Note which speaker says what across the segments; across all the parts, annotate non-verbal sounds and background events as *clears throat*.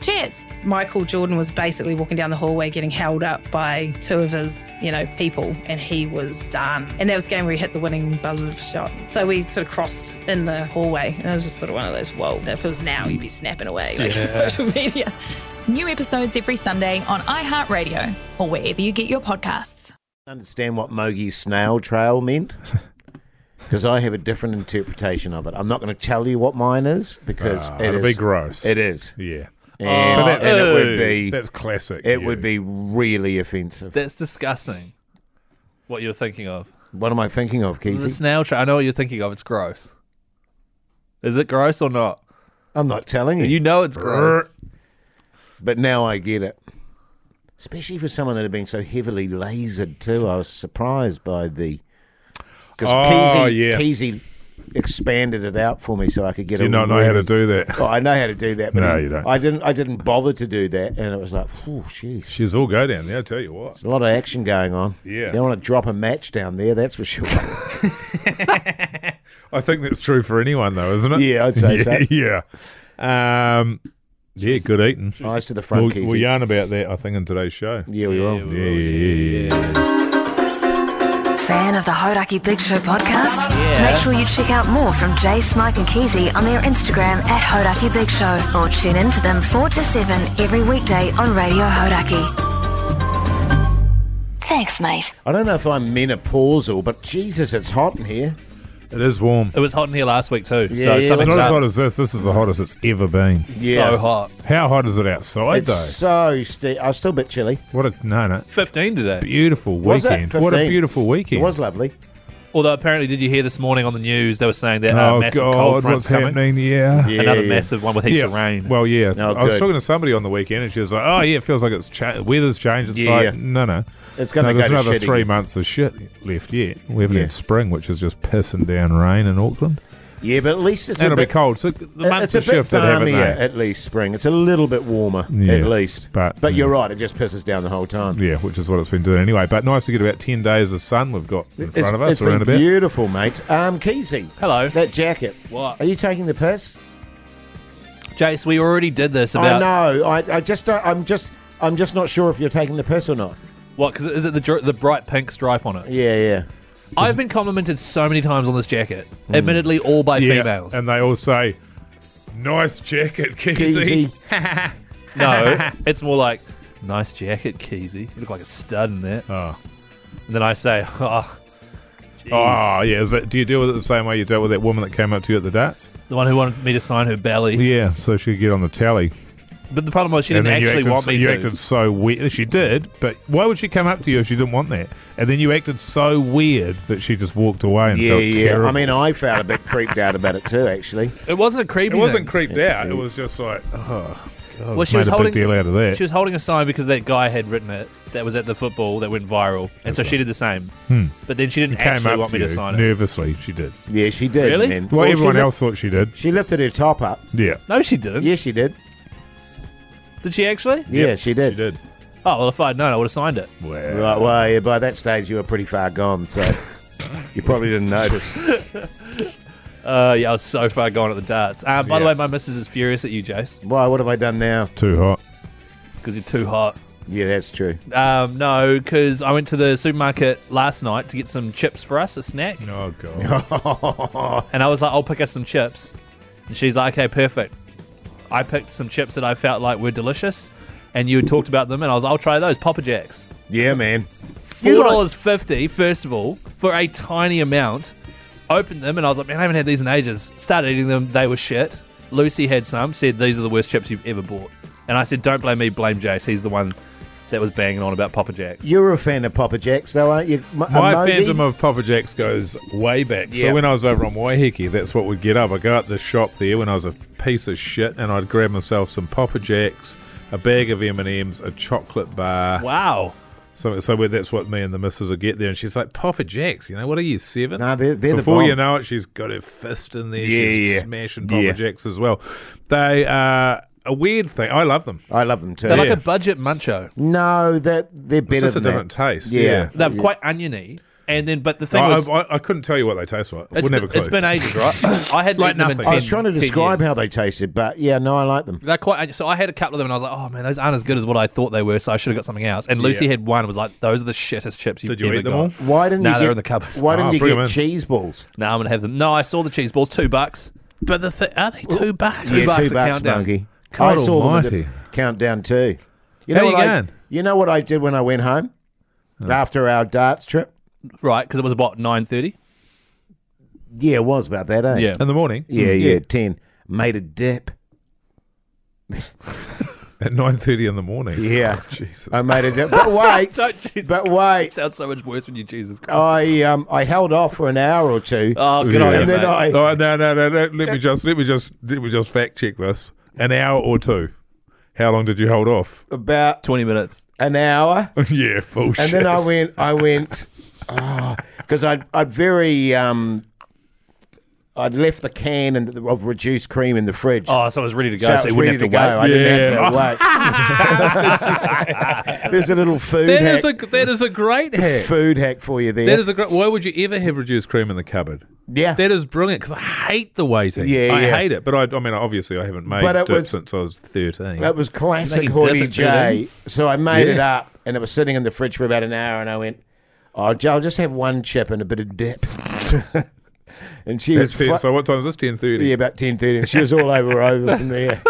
Speaker 1: Cheers.
Speaker 2: Michael Jordan was basically walking down the hallway getting held up by two of his, you know, people, and he was done. And that was the game where he hit the winning buzzer shot. So we sort of crossed in the hallway, and it was just sort of one of those, whoa, if it was now, you'd be snapping away like *laughs*
Speaker 3: Yeah.
Speaker 2: social media.
Speaker 1: New episodes every Sunday on iHeartRadio or wherever you get your podcasts.
Speaker 4: Understand what Mogi's snail trail
Speaker 3: *laughs*
Speaker 4: meant? Because I have a different interpretation of it. I'm not going to tell you what mine is because
Speaker 3: Ah,
Speaker 4: it
Speaker 3: it'd be
Speaker 4: is-
Speaker 3: gross.
Speaker 4: It is,
Speaker 3: Yeah.
Speaker 4: and,
Speaker 3: But that's-
Speaker 4: and it
Speaker 3: ew,
Speaker 4: would be
Speaker 3: That's classic.
Speaker 4: it
Speaker 3: you.
Speaker 4: would be really offensive.
Speaker 5: That's disgusting. What you're thinking of.
Speaker 4: What am I thinking of,
Speaker 5: The
Speaker 4: Keezy?
Speaker 5: snail trail. I know what you're thinking of. It's gross. Is it gross or not?
Speaker 4: I'm not telling you.
Speaker 5: You know it's gross.
Speaker 4: But now I get it. Especially for someone that had been so heavily lasered too. I was surprised by the because
Speaker 3: Oh,
Speaker 4: Keezy,
Speaker 3: yeah.
Speaker 4: Keezy expanded it out for me so I could get
Speaker 3: Do
Speaker 4: a
Speaker 3: you not know how to
Speaker 4: really-
Speaker 3: do that?
Speaker 4: Oh, I know how to do that, but
Speaker 3: No,
Speaker 4: he-
Speaker 3: you don't.
Speaker 4: I didn't. I didn't bother to do that, and it was like, oh, jeez,
Speaker 3: She's all go down there. I tell you what.
Speaker 4: there's a lot of action going on.
Speaker 3: Yeah.
Speaker 4: they want to drop a match down there. That's for sure. *laughs*
Speaker 3: I think that's true for anyone though, isn't it?
Speaker 4: Yeah, I'd say so.
Speaker 3: *laughs* yeah, Yeah. Um, yeah, good eating.
Speaker 4: Eyes to the front,
Speaker 3: We'll,
Speaker 4: Keezy.
Speaker 3: we'll yarn about that. I think in today's show.
Speaker 4: yeah, we will.
Speaker 3: Yeah, yeah, yeah.
Speaker 6: Fan of the Hodaki Big Show podcast? Make sure you check out more from Jay, Smike, and Keezy on their Instagram at Hodaki Big Show or tune in to them 4 to 7 every weekday on Radio Hodaki. Thanks, mate.
Speaker 4: I don't know if I'm menopausal, but Jesus, it's hot in here.
Speaker 3: It is warm.
Speaker 5: It was hot in here last week too.
Speaker 4: Yeah,
Speaker 5: so
Speaker 4: yeah.
Speaker 3: It's
Speaker 5: something's
Speaker 3: not as
Speaker 5: up.
Speaker 3: hot as this. This is the hottest it's ever been.
Speaker 4: Yeah.
Speaker 5: So hot.
Speaker 3: How hot is it outside
Speaker 4: It's so steep. I was still a bit chilly.
Speaker 3: though? What a no, no.
Speaker 5: 15 today.
Speaker 3: Beautiful
Speaker 4: Was it?
Speaker 3: weekend. What a
Speaker 4: 15.
Speaker 3: beautiful
Speaker 4: It
Speaker 3: weekend.
Speaker 4: was uh, lovely.
Speaker 5: Although apparently, did you hear this morning on the news? They were saying that uh,
Speaker 3: oh
Speaker 5: massive
Speaker 3: God,
Speaker 5: cold front's
Speaker 3: what's
Speaker 5: coming.
Speaker 3: happening? Yeah.
Speaker 4: Yeah,
Speaker 5: Another
Speaker 4: yeah.
Speaker 5: massive one with heaps of rain.
Speaker 3: Well, yeah.
Speaker 4: Oh,
Speaker 3: I was
Speaker 4: good.
Speaker 3: talking to somebody on the weekend, and she was like, "Oh, yeah, it feels like it's cha- weather's changed." It's
Speaker 4: Yeah.
Speaker 3: like, no, no,
Speaker 4: It's gonna
Speaker 3: no, there's
Speaker 4: go to
Speaker 3: another
Speaker 4: shit
Speaker 3: three
Speaker 4: again.
Speaker 3: months of shit left yet. We haven't
Speaker 4: Yeah.
Speaker 3: had spring, which is just pissing down rain in Auckland,
Speaker 4: Yeah, but at least it's a
Speaker 3: and it'll
Speaker 4: bit
Speaker 3: be cold. So the months
Speaker 4: It's a
Speaker 3: have
Speaker 4: bit
Speaker 3: shifted, haven't
Speaker 4: balmier,
Speaker 3: they?
Speaker 4: at least spring. It's a little bit warmer,
Speaker 3: Yeah,
Speaker 4: at least.
Speaker 3: but- mm.
Speaker 4: you're right; it just pisses down the whole time.
Speaker 3: Yeah, which is what it's been doing anyway. But nice to get about ten days of sun we've got in
Speaker 4: it's,
Speaker 3: front of us
Speaker 4: it's been
Speaker 3: around about.
Speaker 4: beautiful, mate. Um, Keezy,
Speaker 5: Hello.
Speaker 4: That jacket.
Speaker 5: What?
Speaker 4: Are you taking the piss?
Speaker 5: Jace, we already did this
Speaker 4: I
Speaker 5: about
Speaker 4: know. I, I just don't. I'm just. I'm just not sure if you're taking the piss or not.
Speaker 5: what? Because is it the dr- the bright pink stripe on it?
Speaker 4: Yeah, yeah.
Speaker 5: I've been complimented so many times on this jacket, admittedly all by
Speaker 3: Hmm. Yeah,
Speaker 5: females.
Speaker 3: and they all say, "Nice jacket, *laughs* Keezy."
Speaker 4: Keezy.
Speaker 3: *laughs*
Speaker 5: no, it's more like nice jacket, Keezy. You look like a stud in that.
Speaker 3: Oh.
Speaker 5: And then I say, oh, jeez.
Speaker 3: Oh yeah, is that, do you deal with it the same way you dealt with that woman that came up to you at the darts?
Speaker 5: the one who wanted me to sign her belly.
Speaker 3: Yeah, so she could get on the tally.
Speaker 5: But the problem was she didn't
Speaker 3: you
Speaker 5: actually
Speaker 3: acted,
Speaker 5: want me
Speaker 3: you
Speaker 5: to.
Speaker 3: acted so weird. She did, but why would she come up to you if she didn't want that? And then you acted so weird that she just walked away and
Speaker 4: Yeah,
Speaker 3: felt
Speaker 4: yeah.
Speaker 3: terrible.
Speaker 4: I mean, I felt a bit creeped out about it too, actually.
Speaker 5: It wasn't a creepy.
Speaker 3: it wasn't
Speaker 5: thing.
Speaker 3: creeped out. It was just like, oh, God,
Speaker 5: Well, she
Speaker 3: made
Speaker 5: was
Speaker 3: a
Speaker 5: holding
Speaker 3: big deal out of that.
Speaker 5: She was holding a sign because that guy had written it. That was at the football that went viral, and so she did the same. But then she didn't
Speaker 3: Hmm. came
Speaker 5: actually
Speaker 3: up
Speaker 5: want
Speaker 3: to
Speaker 5: me
Speaker 3: you
Speaker 5: to sign it.
Speaker 3: nervously. She did.
Speaker 4: Yeah, she did.
Speaker 5: Really?
Speaker 4: and then-
Speaker 3: Well,
Speaker 4: she
Speaker 3: everyone
Speaker 4: lift-
Speaker 3: else thought she did.
Speaker 4: She lifted her top up.
Speaker 3: Yeah,
Speaker 5: No, she didn't.
Speaker 4: Yeah, she did.
Speaker 5: Did she actually?
Speaker 4: Yeah, she did.
Speaker 3: she did.
Speaker 5: Oh well, if I'd known, I would have signed it.
Speaker 3: Wow.
Speaker 4: Right, well, yeah, by that stage you were pretty far gone, *laughs* so you probably didn't notice.
Speaker 5: Uh, yeah, I was so far gone at the darts. Uh, by the
Speaker 3: Yeah.
Speaker 5: way, my missus is furious at you, Jace,
Speaker 4: Why? What have I done now?
Speaker 3: Too hot.
Speaker 5: because you're too hot.
Speaker 4: Yeah, that's true.
Speaker 5: Um, no, because I went to the supermarket last night to get some chips for us, a snack,
Speaker 3: Oh *laughs* god.
Speaker 5: and I was like, "I'll pick us some chips," and she's like, "Okay, perfect." I picked some chips that I felt like were delicious, and you had talked about them, and I was, "I'll try those Papa Jacks."
Speaker 4: Yeah, man. You
Speaker 5: Four
Speaker 4: like-
Speaker 5: dollars fifty, first of all, for a tiny amount. Opened them and I was like, man, I haven't had these in ages. Started eating them, they were shit. Lucy had some, said these are the worst chips you've ever bought. And I said, don't blame me, blame Jace. He's the one that was banging on about Papa Jacks.
Speaker 4: You're a fan of Papa Jacks, though, aren't you? M- a
Speaker 3: My
Speaker 4: Mogi?
Speaker 3: fandom of Papa Jacks goes way back.
Speaker 4: Yeah.
Speaker 3: So when I was over on Waiheke, that's what we'd get up. I'd go up the shop there when I was a piece of shit, and I'd grab myself some Papa Jacks, a bag of M and M's, a chocolate bar.
Speaker 5: Wow.
Speaker 3: So, so we- that's what me and the missus would get there, and she's like, "Papa Jacks, you know what are you seven?
Speaker 4: Nah, they're- they're the
Speaker 3: Before
Speaker 4: bomb.
Speaker 3: you know it, she's got her fist in there.
Speaker 4: Yeah,
Speaker 3: she's
Speaker 4: yeah.
Speaker 3: smashing Papa
Speaker 4: Yeah.
Speaker 3: Jacks as well. They are a weird thing. I love them.
Speaker 4: I love them too.
Speaker 5: They're like
Speaker 3: Yeah.
Speaker 5: a budget muncho.
Speaker 4: no, they're they're better
Speaker 3: just a
Speaker 4: than that.
Speaker 3: different taste, yeah.
Speaker 4: Yeah,
Speaker 5: They're quite oniony. And then, but the thing
Speaker 3: I,
Speaker 5: was,
Speaker 3: I, I couldn't tell you what they taste like.
Speaker 5: it's
Speaker 3: Wouldn't have
Speaker 5: been,
Speaker 3: a clue.
Speaker 5: it's been
Speaker 3: *laughs*
Speaker 5: ages, right? I had
Speaker 3: Like
Speaker 5: like them in
Speaker 3: nothing.
Speaker 5: 10,
Speaker 4: I was trying to
Speaker 5: 10
Speaker 4: describe
Speaker 5: years.
Speaker 4: how they tasted, but yeah, no, I like them.
Speaker 5: They're quite onion- so. I had a couple of them, and I was like, "Oh man, those aren't as good as what I thought they were." So I should have got something else. And Lucy
Speaker 3: Yeah.
Speaker 5: had one. and Was like, "Those are the shittest chips you've
Speaker 3: Did you
Speaker 5: ever
Speaker 3: eat them
Speaker 5: got."
Speaker 3: all?
Speaker 4: Why didn't
Speaker 5: Nah,
Speaker 4: you
Speaker 5: they're
Speaker 4: get,
Speaker 5: in the cupboard.
Speaker 4: Why didn't
Speaker 3: Ah,
Speaker 4: you
Speaker 3: bring 'em
Speaker 4: get
Speaker 3: in.
Speaker 4: cheese balls?
Speaker 5: No, I'm gonna have them. No, I saw the cheese balls. Two bucks.
Speaker 7: But the th- are they two bucks?
Speaker 5: Two
Speaker 4: yeah,
Speaker 5: bucks
Speaker 4: two
Speaker 5: a
Speaker 4: bucks,
Speaker 5: countdown.
Speaker 4: monkey.
Speaker 3: God
Speaker 4: I saw them at
Speaker 3: almighty.
Speaker 4: the countdown too. You
Speaker 3: How
Speaker 4: know
Speaker 3: you
Speaker 4: what
Speaker 3: going?
Speaker 4: I? You know what I did when I went home after our darts trip?
Speaker 5: Right, because it was about nine thirty.
Speaker 4: Yeah, it was about that, eh?
Speaker 5: Yeah.
Speaker 3: in the morning.
Speaker 4: yeah, yeah. Ten made a dip.
Speaker 3: At nine thirty in the morning.
Speaker 4: Yeah.
Speaker 3: *laughs* Jesus.
Speaker 4: I made a dip.
Speaker 3: *laughs*
Speaker 4: But wait,
Speaker 5: Don't Jesus.
Speaker 4: but
Speaker 5: It
Speaker 4: wait.
Speaker 5: sounds so much worse when you Jesus Christ.
Speaker 4: I um I held off for an hour or two.
Speaker 5: Oh, good
Speaker 3: Yeah.
Speaker 5: on you,
Speaker 4: And
Speaker 5: mate.
Speaker 4: then I-
Speaker 3: Oh, no, no, no, no. Let me just let me just let me just fact check this. An hour or two. How long did you hold off? *laughs*
Speaker 4: about
Speaker 5: Twenty minutes.
Speaker 4: an hour.
Speaker 5: Oh,
Speaker 3: yeah, bullshit.
Speaker 4: And then I went, I went, because I'd, I'd very, um, I'd left the can and of reduced cream in the fridge.
Speaker 5: Oh, so I was ready to go.
Speaker 4: so
Speaker 5: So,
Speaker 4: it was
Speaker 5: you
Speaker 4: ready
Speaker 5: wouldn't
Speaker 4: to
Speaker 5: have
Speaker 4: go.
Speaker 5: to wait.
Speaker 4: I didn't
Speaker 3: Yeah.
Speaker 4: have to
Speaker 5: *laughs*
Speaker 4: wait. There's a little food
Speaker 7: That
Speaker 4: hack,
Speaker 7: is a that is a great hack.
Speaker 4: food hack for you there.
Speaker 3: That is a great. Why would you ever have reduced cream in the cupboard?
Speaker 4: yeah.
Speaker 3: That is brilliant because I hate the waiting.
Speaker 4: Yeah,
Speaker 3: I
Speaker 4: yeah.
Speaker 3: hate it. But I, I mean, obviously, I haven't made
Speaker 4: But it
Speaker 3: dip
Speaker 4: was-
Speaker 3: since I was thirteen.
Speaker 4: That was classic
Speaker 5: Making dip
Speaker 4: Hoodie
Speaker 5: at
Speaker 4: J. So I made it
Speaker 3: Yeah.
Speaker 4: up and it was sitting in the fridge for about an hour and I went, oh, Joe, I'll just have one chip and a bit of dip. *laughs* and she
Speaker 3: That's
Speaker 4: was
Speaker 3: fair.
Speaker 4: fu-
Speaker 3: so what time is this? Ten thirty.
Speaker 4: yeah, about 10.30 and she was all over over from there.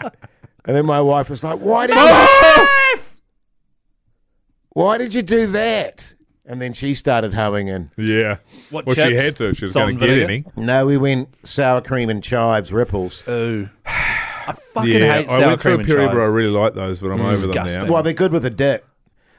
Speaker 4: And then my wife was like, why did you... Why did you do that? And then she started hoeing in.
Speaker 3: Yeah.
Speaker 5: What
Speaker 3: well, she
Speaker 5: chips?
Speaker 3: had to. She was
Speaker 5: Salt
Speaker 3: going
Speaker 5: and
Speaker 3: to get
Speaker 5: vinegar?
Speaker 3: any.
Speaker 4: No, we went sour cream and chives ripples.
Speaker 5: Ooh. *sighs* I fucking
Speaker 3: yeah.
Speaker 5: hate
Speaker 3: I
Speaker 5: sour
Speaker 3: went through
Speaker 5: cream
Speaker 3: a period
Speaker 5: and
Speaker 3: where I
Speaker 5: chives.
Speaker 3: really liked those, but I'm over them
Speaker 5: Disgusting.
Speaker 3: now.
Speaker 4: Well, they're good with a dip.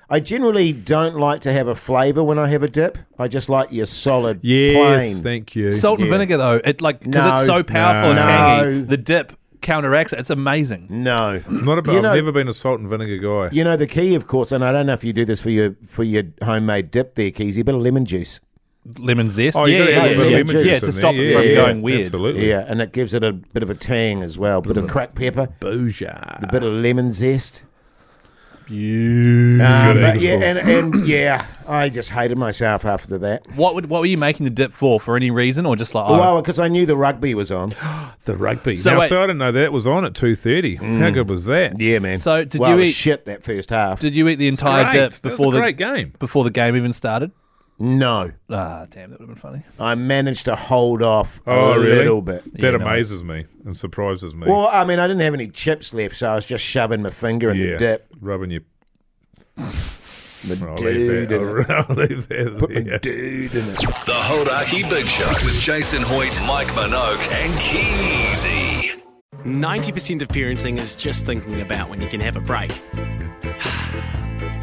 Speaker 4: I generally don't like to have a flavour when I have a dip. I just like your solid,
Speaker 3: Yes.
Speaker 4: plain.
Speaker 3: Thank you.
Speaker 5: Salt and
Speaker 4: Yeah.
Speaker 5: vinegar though, it like because
Speaker 4: No.
Speaker 5: it's so powerful and
Speaker 4: No.
Speaker 5: tangy.
Speaker 4: No.
Speaker 5: The dip counteracts it. It's amazing.
Speaker 4: no,
Speaker 3: Not about.
Speaker 4: You
Speaker 3: I've
Speaker 4: know-
Speaker 3: never been a salt and vinegar guy.
Speaker 4: you know the key, of course, and I don't know if you do this for your for your homemade dip there, Keezy, a bit of lemon juice.
Speaker 5: Lemon zest.
Speaker 3: Oh, you
Speaker 5: yeah,
Speaker 3: gotta
Speaker 5: yeah,
Speaker 3: have a
Speaker 5: yeah,
Speaker 3: bit of
Speaker 5: yeah.
Speaker 3: lemon
Speaker 5: Yeah,
Speaker 3: juice in
Speaker 5: to stop
Speaker 3: there.
Speaker 5: it
Speaker 3: Yeah,
Speaker 5: from
Speaker 3: yeah,
Speaker 5: going weird.
Speaker 3: Absolutely.
Speaker 4: Yeah, and it gives it a bit of a tang as well, a bit of cracked pepper,
Speaker 3: Booja.
Speaker 4: a bit of lemon zest. Um, but yeah, and,
Speaker 3: *coughs*
Speaker 4: and yeah, I just hated myself after that.
Speaker 5: What would what were you making the dip for? For any reason or just like oh,
Speaker 4: Well, because I knew the rugby was
Speaker 3: *gasps*
Speaker 4: on.
Speaker 3: The rugby. So,
Speaker 5: So
Speaker 3: now,
Speaker 5: wait-
Speaker 3: so I didn't know that was on at two thirty. How good was
Speaker 4: uh,
Speaker 3: that?
Speaker 4: Hmm. Yeah, man.
Speaker 5: So did
Speaker 4: Well,
Speaker 5: you
Speaker 4: it was
Speaker 5: eat-
Speaker 4: shit that first half?
Speaker 5: Did you eat the entire
Speaker 3: Great.
Speaker 5: dip
Speaker 3: That was a
Speaker 5: before the
Speaker 3: great game.
Speaker 5: before the game even started?
Speaker 4: no,
Speaker 5: Ah, damn, that would have been funny.
Speaker 4: I managed to hold off
Speaker 3: Oh,
Speaker 4: a
Speaker 3: really?
Speaker 4: little bit.
Speaker 3: That
Speaker 5: no.
Speaker 3: amazes me and surprises me.
Speaker 4: Well, I mean, I didn't have any chips left, so I was just shoving my finger in
Speaker 3: yeah,
Speaker 4: the dip.
Speaker 3: rubbing your I'll leave
Speaker 4: Dude,
Speaker 3: that.
Speaker 4: and
Speaker 3: *laughs* I'll, I'll leave that
Speaker 4: put my
Speaker 3: there.
Speaker 4: dude in it.
Speaker 8: The Hodaki Big Show with Jason Hoyt, Mike Minogue, and Keezy.
Speaker 7: 90% of parenting is just thinking about when you can have a break. *sighs*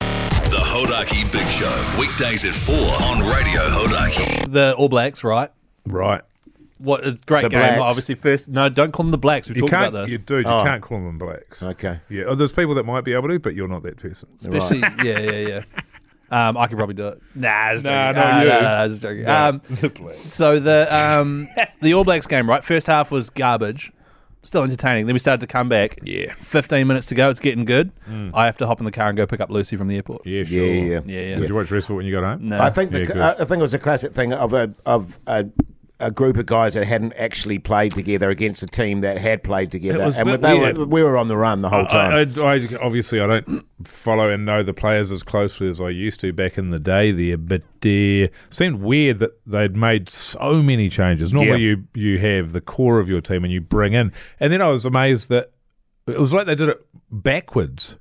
Speaker 8: The Hodaki Big Show, weekdays at 4 on Radio Hodaki.
Speaker 5: The All Blacks, right?
Speaker 3: Right.
Speaker 5: What a great
Speaker 4: The
Speaker 5: game!
Speaker 4: Blacks.
Speaker 5: Obviously, first no, don't call them the Blacks. We
Speaker 3: You
Speaker 5: talked
Speaker 3: can't,
Speaker 5: about
Speaker 3: you,
Speaker 5: this,
Speaker 3: dude, you
Speaker 4: Oh.
Speaker 3: can't call them blacks.
Speaker 4: Okay.
Speaker 3: Yeah, oh, there's people that might be able to, but you're not that person.
Speaker 5: especially yeah, yeah, yeah. Um, I could probably do it. Nah, I was
Speaker 3: Nah,
Speaker 5: joking.
Speaker 3: not
Speaker 5: Ah,
Speaker 3: you.
Speaker 5: Nah, nah, nah, I was joking. Um, so the um, the All Blacks game, right? First half was garbage. Still entertaining. Then we started to come back.
Speaker 3: Yeah. Mm.
Speaker 5: 15 minutes to go. It's getting good. I have to hop in the car and go pick up Lucy from the airport.
Speaker 3: Yeah,
Speaker 4: Yeah,
Speaker 3: sure.
Speaker 4: yeah.
Speaker 5: Yeah, yeah.
Speaker 3: Did you watch wrestle when you got home?
Speaker 5: No.
Speaker 4: I think
Speaker 3: Yeah,
Speaker 4: the,
Speaker 3: good.
Speaker 4: I I think it was a classic thing of a of a, a group of guys that hadn't actually played together against a team that had played together,
Speaker 3: It was a
Speaker 4: and
Speaker 3: bit
Speaker 4: they
Speaker 3: weird.
Speaker 4: were, we were on the run the whole time.
Speaker 3: I, I, I, obviously, I don't follow and know the players as closely as I used to back in the day there, but uh, seemed weird that they'd made so many changes. Normally,
Speaker 4: Yeah.
Speaker 3: you, you have the core of your team and you bring in. And then I was amazed that it was like they did it backwards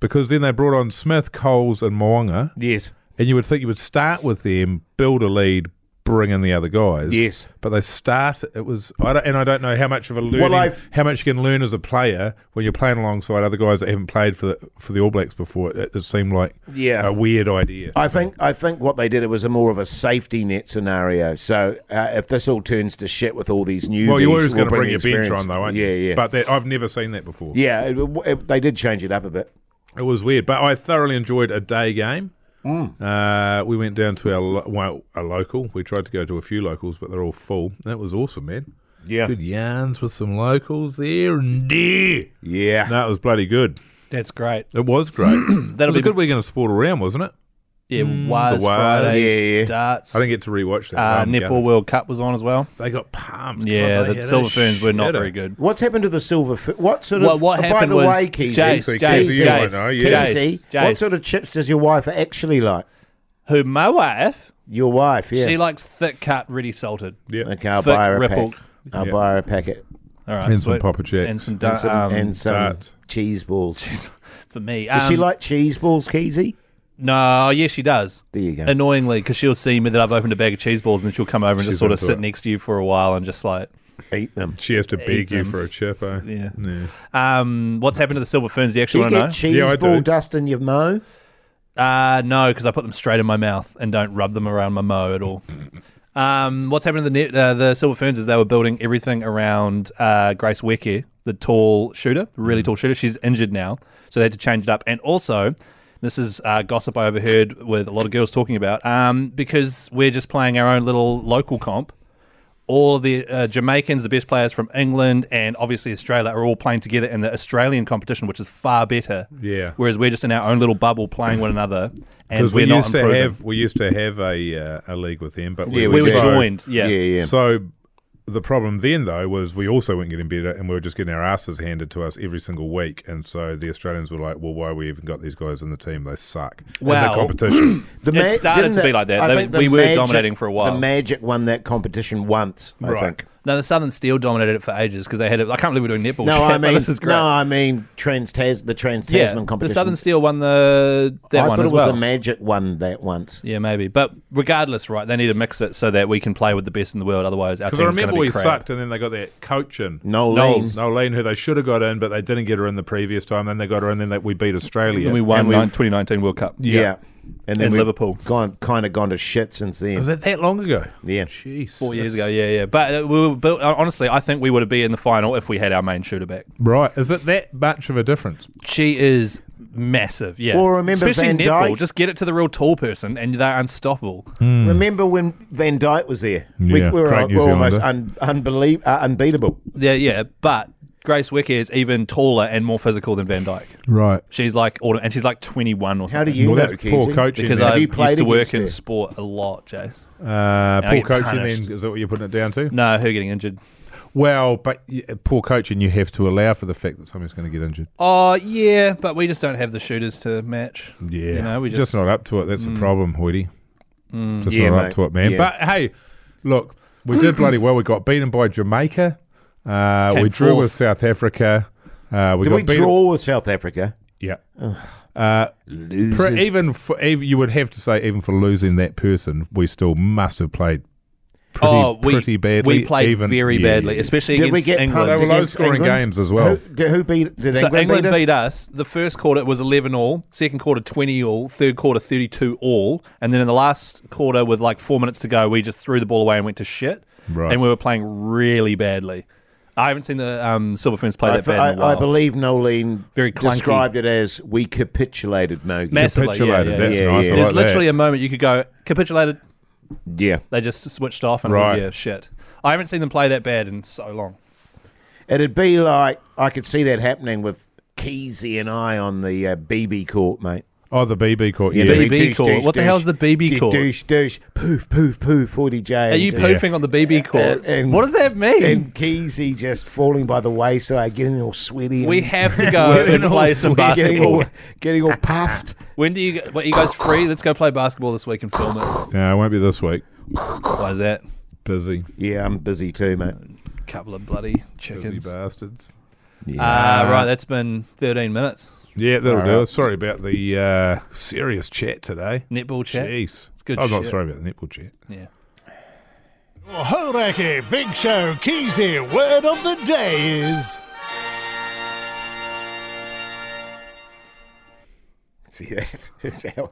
Speaker 3: because then they brought on Smith, Coles, and Moonga.
Speaker 4: yes,
Speaker 3: And you would think you would start with them, build a lead, bring in the other guys.
Speaker 4: Yes.
Speaker 3: but they start. It was I don't, and I don't know how much of a learning,
Speaker 4: I've-
Speaker 3: how much you can learn as a player when you're playing alongside other guys that haven't played for the, for the All Blacks before. It, it seemed like
Speaker 4: Yeah.
Speaker 3: a weird idea.
Speaker 4: I think I think what they did it was a more of a safety net scenario. So uh, if this all turns to shit with all these new,
Speaker 3: well, you're always
Speaker 4: going to
Speaker 3: bring your bench on though, aren't you?
Speaker 4: yeah, yeah,
Speaker 3: But that, I've never seen that before.
Speaker 4: yeah, it, it- they did change it up a bit.
Speaker 3: It was weird, but I thoroughly enjoyed a day game.
Speaker 4: Mm.
Speaker 3: Uh, we went down to our lo- well, a local. We tried to go to a few locals, but they're all full. That was awesome, man.
Speaker 4: Yeah,
Speaker 3: Good yarns with some locals there and there.
Speaker 4: yeah.
Speaker 3: That was bloody good.
Speaker 5: That's great.
Speaker 3: It was great. that
Speaker 5: *clears throat* That'll
Speaker 3: was
Speaker 5: be
Speaker 3: a good weekend of sport around, wasn't it?
Speaker 5: Yeah,
Speaker 4: Mm.
Speaker 5: was
Speaker 3: the Waz.
Speaker 5: Friday
Speaker 4: Yeah, yeah.
Speaker 5: darts.
Speaker 3: I didn't get to rewatch that.
Speaker 5: uh,
Speaker 3: Um, yeah.
Speaker 5: netball World Cup was on as well.
Speaker 3: They got pumped.
Speaker 5: Yeah,
Speaker 3: God, they
Speaker 5: the
Speaker 3: had
Speaker 5: Silver
Speaker 3: a
Speaker 5: Ferns were not
Speaker 3: shitter.
Speaker 5: very good.
Speaker 4: What's happened to the silver? F- what sort of? Oh,
Speaker 5: Well, what
Speaker 4: by
Speaker 5: happened
Speaker 4: the
Speaker 5: was
Speaker 4: way, Keezy,
Speaker 3: Keezy,
Speaker 5: Jace, Jace,
Speaker 4: Keezy,
Speaker 5: Jace,
Speaker 3: I know, yeah.
Speaker 5: Jace,
Speaker 4: Keezy,
Speaker 5: Jace.
Speaker 4: what sort of chips does your wife actually like?
Speaker 5: Who my wife?
Speaker 4: Your wife, yeah.
Speaker 5: She likes thick cut, ready salted.
Speaker 3: Yeah.
Speaker 4: okay, I'll
Speaker 5: thick
Speaker 4: buy her a
Speaker 5: ripple.
Speaker 4: pack. I'll
Speaker 3: Yeah.
Speaker 4: buy her a packet
Speaker 5: All right,
Speaker 3: And some
Speaker 5: sweet.
Speaker 3: Papa Jacks.
Speaker 5: and some
Speaker 4: and
Speaker 5: darts um,
Speaker 4: some,
Speaker 3: Um,
Speaker 4: and some
Speaker 3: Dart.
Speaker 4: cheese balls.
Speaker 5: for me.
Speaker 4: Does she
Speaker 5: Um,
Speaker 4: like cheese balls, Keezy?
Speaker 5: No, yeah, she does.
Speaker 4: There you go.
Speaker 5: Annoyingly, because she'll see me that I've opened a bag of cheese balls, and then she'll come over and just
Speaker 3: She's
Speaker 5: sort of
Speaker 3: into
Speaker 5: sit
Speaker 3: it.
Speaker 5: next to you for a while and just like,
Speaker 4: Eat them.
Speaker 3: She has to beg you
Speaker 5: them.
Speaker 3: for a chip, eh?
Speaker 5: Yeah.
Speaker 3: yeah.
Speaker 5: um, what's happened to the silver ferns? Do you
Speaker 4: Do
Speaker 5: actually
Speaker 4: you
Speaker 5: want to
Speaker 4: get
Speaker 5: know?
Speaker 4: cheese
Speaker 3: Yeah, I
Speaker 4: ball
Speaker 3: do.
Speaker 4: dust in your mo?
Speaker 5: Uh, no, because I put them straight in my mouth and don't rub them around my mo at all. Um, what's happened to the net, uh, the Silver Ferns is they were building everything around uh, Grace Weke, the tall shooter,
Speaker 3: Mm.
Speaker 5: really tall shooter. She's injured now, so they had to change it up. And also, this is uh, gossip I overheard with a lot of girls talking about um, because we're just playing our own little local comp. All the uh, Jamaicans, the best players from England and obviously Australia, are all playing together in the Australian competition, which is far better.
Speaker 3: Yeah.
Speaker 5: Whereas we're just in our own little bubble playing one another, and
Speaker 3: Because we
Speaker 5: we're not
Speaker 3: used to
Speaker 5: improving.
Speaker 3: have we used to have a uh, a league with them, but we,
Speaker 4: Yeah,
Speaker 3: were
Speaker 5: we were
Speaker 4: Yeah.
Speaker 3: so-
Speaker 5: joined. Yeah.
Speaker 4: yeah. yeah.
Speaker 3: So the problem then though was we also weren't getting better, and we were just getting our asses handed to us every single week. And so the Australians were like, "Well, why we even got these guys in the team? They suck." in
Speaker 5: Well-
Speaker 3: the
Speaker 5: *clears throat*
Speaker 3: competition. *clears throat*
Speaker 4: The
Speaker 5: It started
Speaker 4: didn't
Speaker 5: to be
Speaker 4: it-
Speaker 5: like that.
Speaker 4: I
Speaker 5: They-
Speaker 4: think the
Speaker 5: we were dominating for a while.
Speaker 4: The Magic won that competition once, I
Speaker 3: Right.
Speaker 5: *laughs*
Speaker 4: think.
Speaker 5: No, the Southern Steel dominated it for ages because they had it. I can't believe we're doing netball.
Speaker 4: No,
Speaker 5: shit,
Speaker 4: I
Speaker 5: but
Speaker 4: mean,
Speaker 5: *laughs* this is great.
Speaker 4: no, I mean Trans Tas the Trans
Speaker 5: yeah,
Speaker 4: Tasman
Speaker 5: the
Speaker 4: competition.
Speaker 5: Southern Steel won the that
Speaker 4: I
Speaker 5: one
Speaker 4: thought
Speaker 5: as
Speaker 4: it was
Speaker 5: well.
Speaker 4: the Magic won that once.
Speaker 5: yeah, maybe. But regardless, right? They need to mix it so that we can play with the best in the world. Otherwise, our
Speaker 3: Because I
Speaker 5: team's going
Speaker 3: remember
Speaker 5: to be
Speaker 3: we
Speaker 5: crap.
Speaker 3: sucked, and then they got their coach in
Speaker 4: Noel Lees.
Speaker 3: Nolene, who they should have got in, but they didn't get her in the previous time. Then they got her in, then they, we beat Australia.
Speaker 5: And we won
Speaker 4: And we-
Speaker 5: nine- 2019 World Cup.
Speaker 4: Yeah. And then
Speaker 5: And
Speaker 4: we've
Speaker 5: Liverpool.
Speaker 4: gone kind of gone to shit since then.
Speaker 3: was it that long ago?
Speaker 4: Yeah.
Speaker 3: Jeez.
Speaker 5: Four years ago, yeah, yeah. But uh, we were built, uh, honestly, I think we would have been in the final if we had our main shooter back.
Speaker 3: Right. Is it that much of a difference?
Speaker 5: She is massive, yeah.
Speaker 4: Well, remember
Speaker 5: Especially
Speaker 4: Van
Speaker 5: netball,
Speaker 4: Dijk?
Speaker 5: just get it to the real tall person, and they're unstoppable.
Speaker 4: Remember when Van Dyke was there?
Speaker 3: Yeah,
Speaker 4: we, we were,
Speaker 3: great
Speaker 4: we
Speaker 3: New
Speaker 4: were almost un,
Speaker 3: Zealander.
Speaker 4: unbelie- uh, unbeatable.
Speaker 5: Yeah, yeah. But Grace Wicker is even taller and more physical than Van Dyke.
Speaker 3: Right.
Speaker 5: She's like, auto- and she's like 21 or something.
Speaker 4: How do you
Speaker 3: Well,
Speaker 4: know,
Speaker 3: that's poor
Speaker 4: Keezy?
Speaker 3: coaching.
Speaker 5: Because
Speaker 3: then.
Speaker 5: I
Speaker 4: you
Speaker 5: used
Speaker 4: played
Speaker 5: to work
Speaker 4: against
Speaker 5: in
Speaker 4: her?
Speaker 5: sport a lot, Jace.
Speaker 3: Uh,
Speaker 5: I
Speaker 3: poor
Speaker 5: get
Speaker 3: coaching,
Speaker 5: punished.
Speaker 3: then, is that what you're putting it down to?
Speaker 5: No, her getting injured.
Speaker 3: Well, but y- poor coaching, you have to allow for the fact that someone's going to get injured.
Speaker 5: Oh, yeah, but we just don't have the shooters to match.
Speaker 3: Yeah.
Speaker 5: You know, we
Speaker 3: just,
Speaker 5: just- Mm.
Speaker 3: not up to it. That's the problem, Hoity. Just
Speaker 4: Yeah,
Speaker 3: not
Speaker 4: mate.
Speaker 3: up to it, man.
Speaker 4: Yeah.
Speaker 3: But hey, look, we
Speaker 4: *coughs*
Speaker 3: did bloody well. We got beaten by Jamaica. Uh,
Speaker 5: Came
Speaker 3: we drew with
Speaker 5: fourth.
Speaker 3: South Africa. Uh, we
Speaker 4: Did
Speaker 3: got
Speaker 4: we
Speaker 3: beat-
Speaker 4: draw with South Africa?
Speaker 3: Yeah. Uh,
Speaker 4: Losers.
Speaker 3: for even for even, you would have to say even for losing that person, we still must have played pretty,
Speaker 5: oh, we,
Speaker 3: pretty badly.
Speaker 5: We played
Speaker 3: even-
Speaker 5: very
Speaker 3: yeah,
Speaker 5: badly,
Speaker 3: yeah, yeah.
Speaker 5: especially
Speaker 4: Did we
Speaker 5: against
Speaker 4: get
Speaker 5: England.
Speaker 3: They were low
Speaker 4: against
Speaker 3: scoring
Speaker 4: England?
Speaker 3: games as well.
Speaker 4: Who, d- who beat? Did
Speaker 5: So
Speaker 4: England,
Speaker 5: England
Speaker 4: beat us?
Speaker 5: beat us. The first quarter it was 11 all, second quarter 20 all, third quarter 32 all, and then in the last quarter with like 4 minutes to go, we just threw the ball away and went to shit.
Speaker 3: Right.
Speaker 5: And we were playing really badly. I haven't seen the um, Silver Ferns play
Speaker 4: I,
Speaker 5: that
Speaker 4: th-
Speaker 5: bad in a
Speaker 4: I,
Speaker 5: while.
Speaker 4: I believe Nolene
Speaker 5: Very clunky.
Speaker 4: described it as we capitulated, Mogi.
Speaker 5: Massively, yeah,
Speaker 3: Capitulated.
Speaker 5: yeah,
Speaker 3: That's
Speaker 5: yeah.
Speaker 3: nice. I
Speaker 4: yeah.
Speaker 5: There's
Speaker 3: like that.
Speaker 5: literally a moment you could go capitulated.
Speaker 4: yeah,
Speaker 5: They just switched off and it
Speaker 3: Right.
Speaker 5: was yeah shit. I haven't seen them play that bad in so long.
Speaker 4: it'd be like I could see that happening with Keezy and I on the uh, BB court, mate.
Speaker 3: Oh, the BB court. Yeah,
Speaker 4: You know,
Speaker 5: BB
Speaker 4: douche,
Speaker 5: court.
Speaker 4: douche,
Speaker 5: What the
Speaker 4: douche,
Speaker 5: hell's the BB
Speaker 4: d-
Speaker 5: court?
Speaker 4: Douche, douche, poof, poof, poof. Forty J.
Speaker 5: Are you poofing on the BB court?
Speaker 4: and-
Speaker 5: what does that mean?
Speaker 4: And Keezy just falling by the wayside, getting all sweaty.
Speaker 5: we
Speaker 4: and-
Speaker 5: have
Speaker 4: *laughs*
Speaker 5: to go and play some
Speaker 4: Getting all,
Speaker 5: basketball.
Speaker 4: getting all puffed.
Speaker 5: When do you? What, are you guys free? Let's go play basketball this week and film it.
Speaker 3: No, it won't be this week.
Speaker 5: Why is that?
Speaker 3: Busy,
Speaker 4: Yeah, I'm busy too,
Speaker 5: *laughs*
Speaker 4: mate.
Speaker 5: Couple of bloody
Speaker 3: busy
Speaker 5: chickens. Uh,
Speaker 3: bastards.
Speaker 5: Ah, right, that's been 13 minutes.
Speaker 3: Yeah, that'll
Speaker 4: Far
Speaker 3: do.
Speaker 4: out.
Speaker 3: us. Sorry about the uh, serious chat today.
Speaker 5: Netball chat.
Speaker 3: Jeez,
Speaker 5: It's good
Speaker 3: I'm not
Speaker 5: shit.
Speaker 3: sorry about the netball chat.
Speaker 5: Yeah.
Speaker 9: Hodaki, Big Show, Keezy, word of the day is.
Speaker 4: See that? It's how-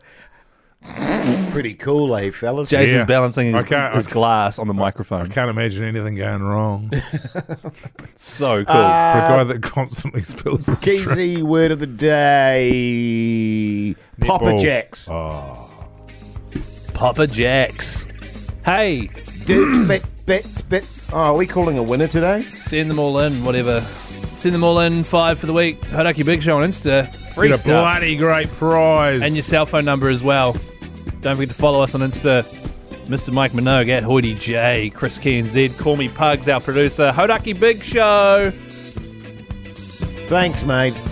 Speaker 4: pretty cool, eh, fellas?
Speaker 5: Jace is balancing his,
Speaker 3: I can't-
Speaker 5: his glass on the microphone.
Speaker 3: I can't imagine anything going
Speaker 5: *laughs*
Speaker 3: wrong. cool.
Speaker 5: so
Speaker 3: For a guy
Speaker 4: Uh,
Speaker 3: that constantly spills his drink.
Speaker 4: Keezy word of the day. Popper
Speaker 3: Netball.
Speaker 4: Jacks.
Speaker 5: Papa Jacks. Hey.
Speaker 4: Dude, bit, bit, bit. Oh, are we calling a winner today?
Speaker 5: Send them all in, whatever. Send them all in. Five for the week. Hodaki Big Show on Insta. Free
Speaker 3: Get a
Speaker 5: stuff.
Speaker 3: bloody great prize.
Speaker 5: And your cell phone number as well. Don't forget to follow us on Insta. Mr. Mike Minogue at Hoity J, Chris Key and Z, Call Me Pugs, our producer, Hodaki Big Show.
Speaker 4: Thanks, mate.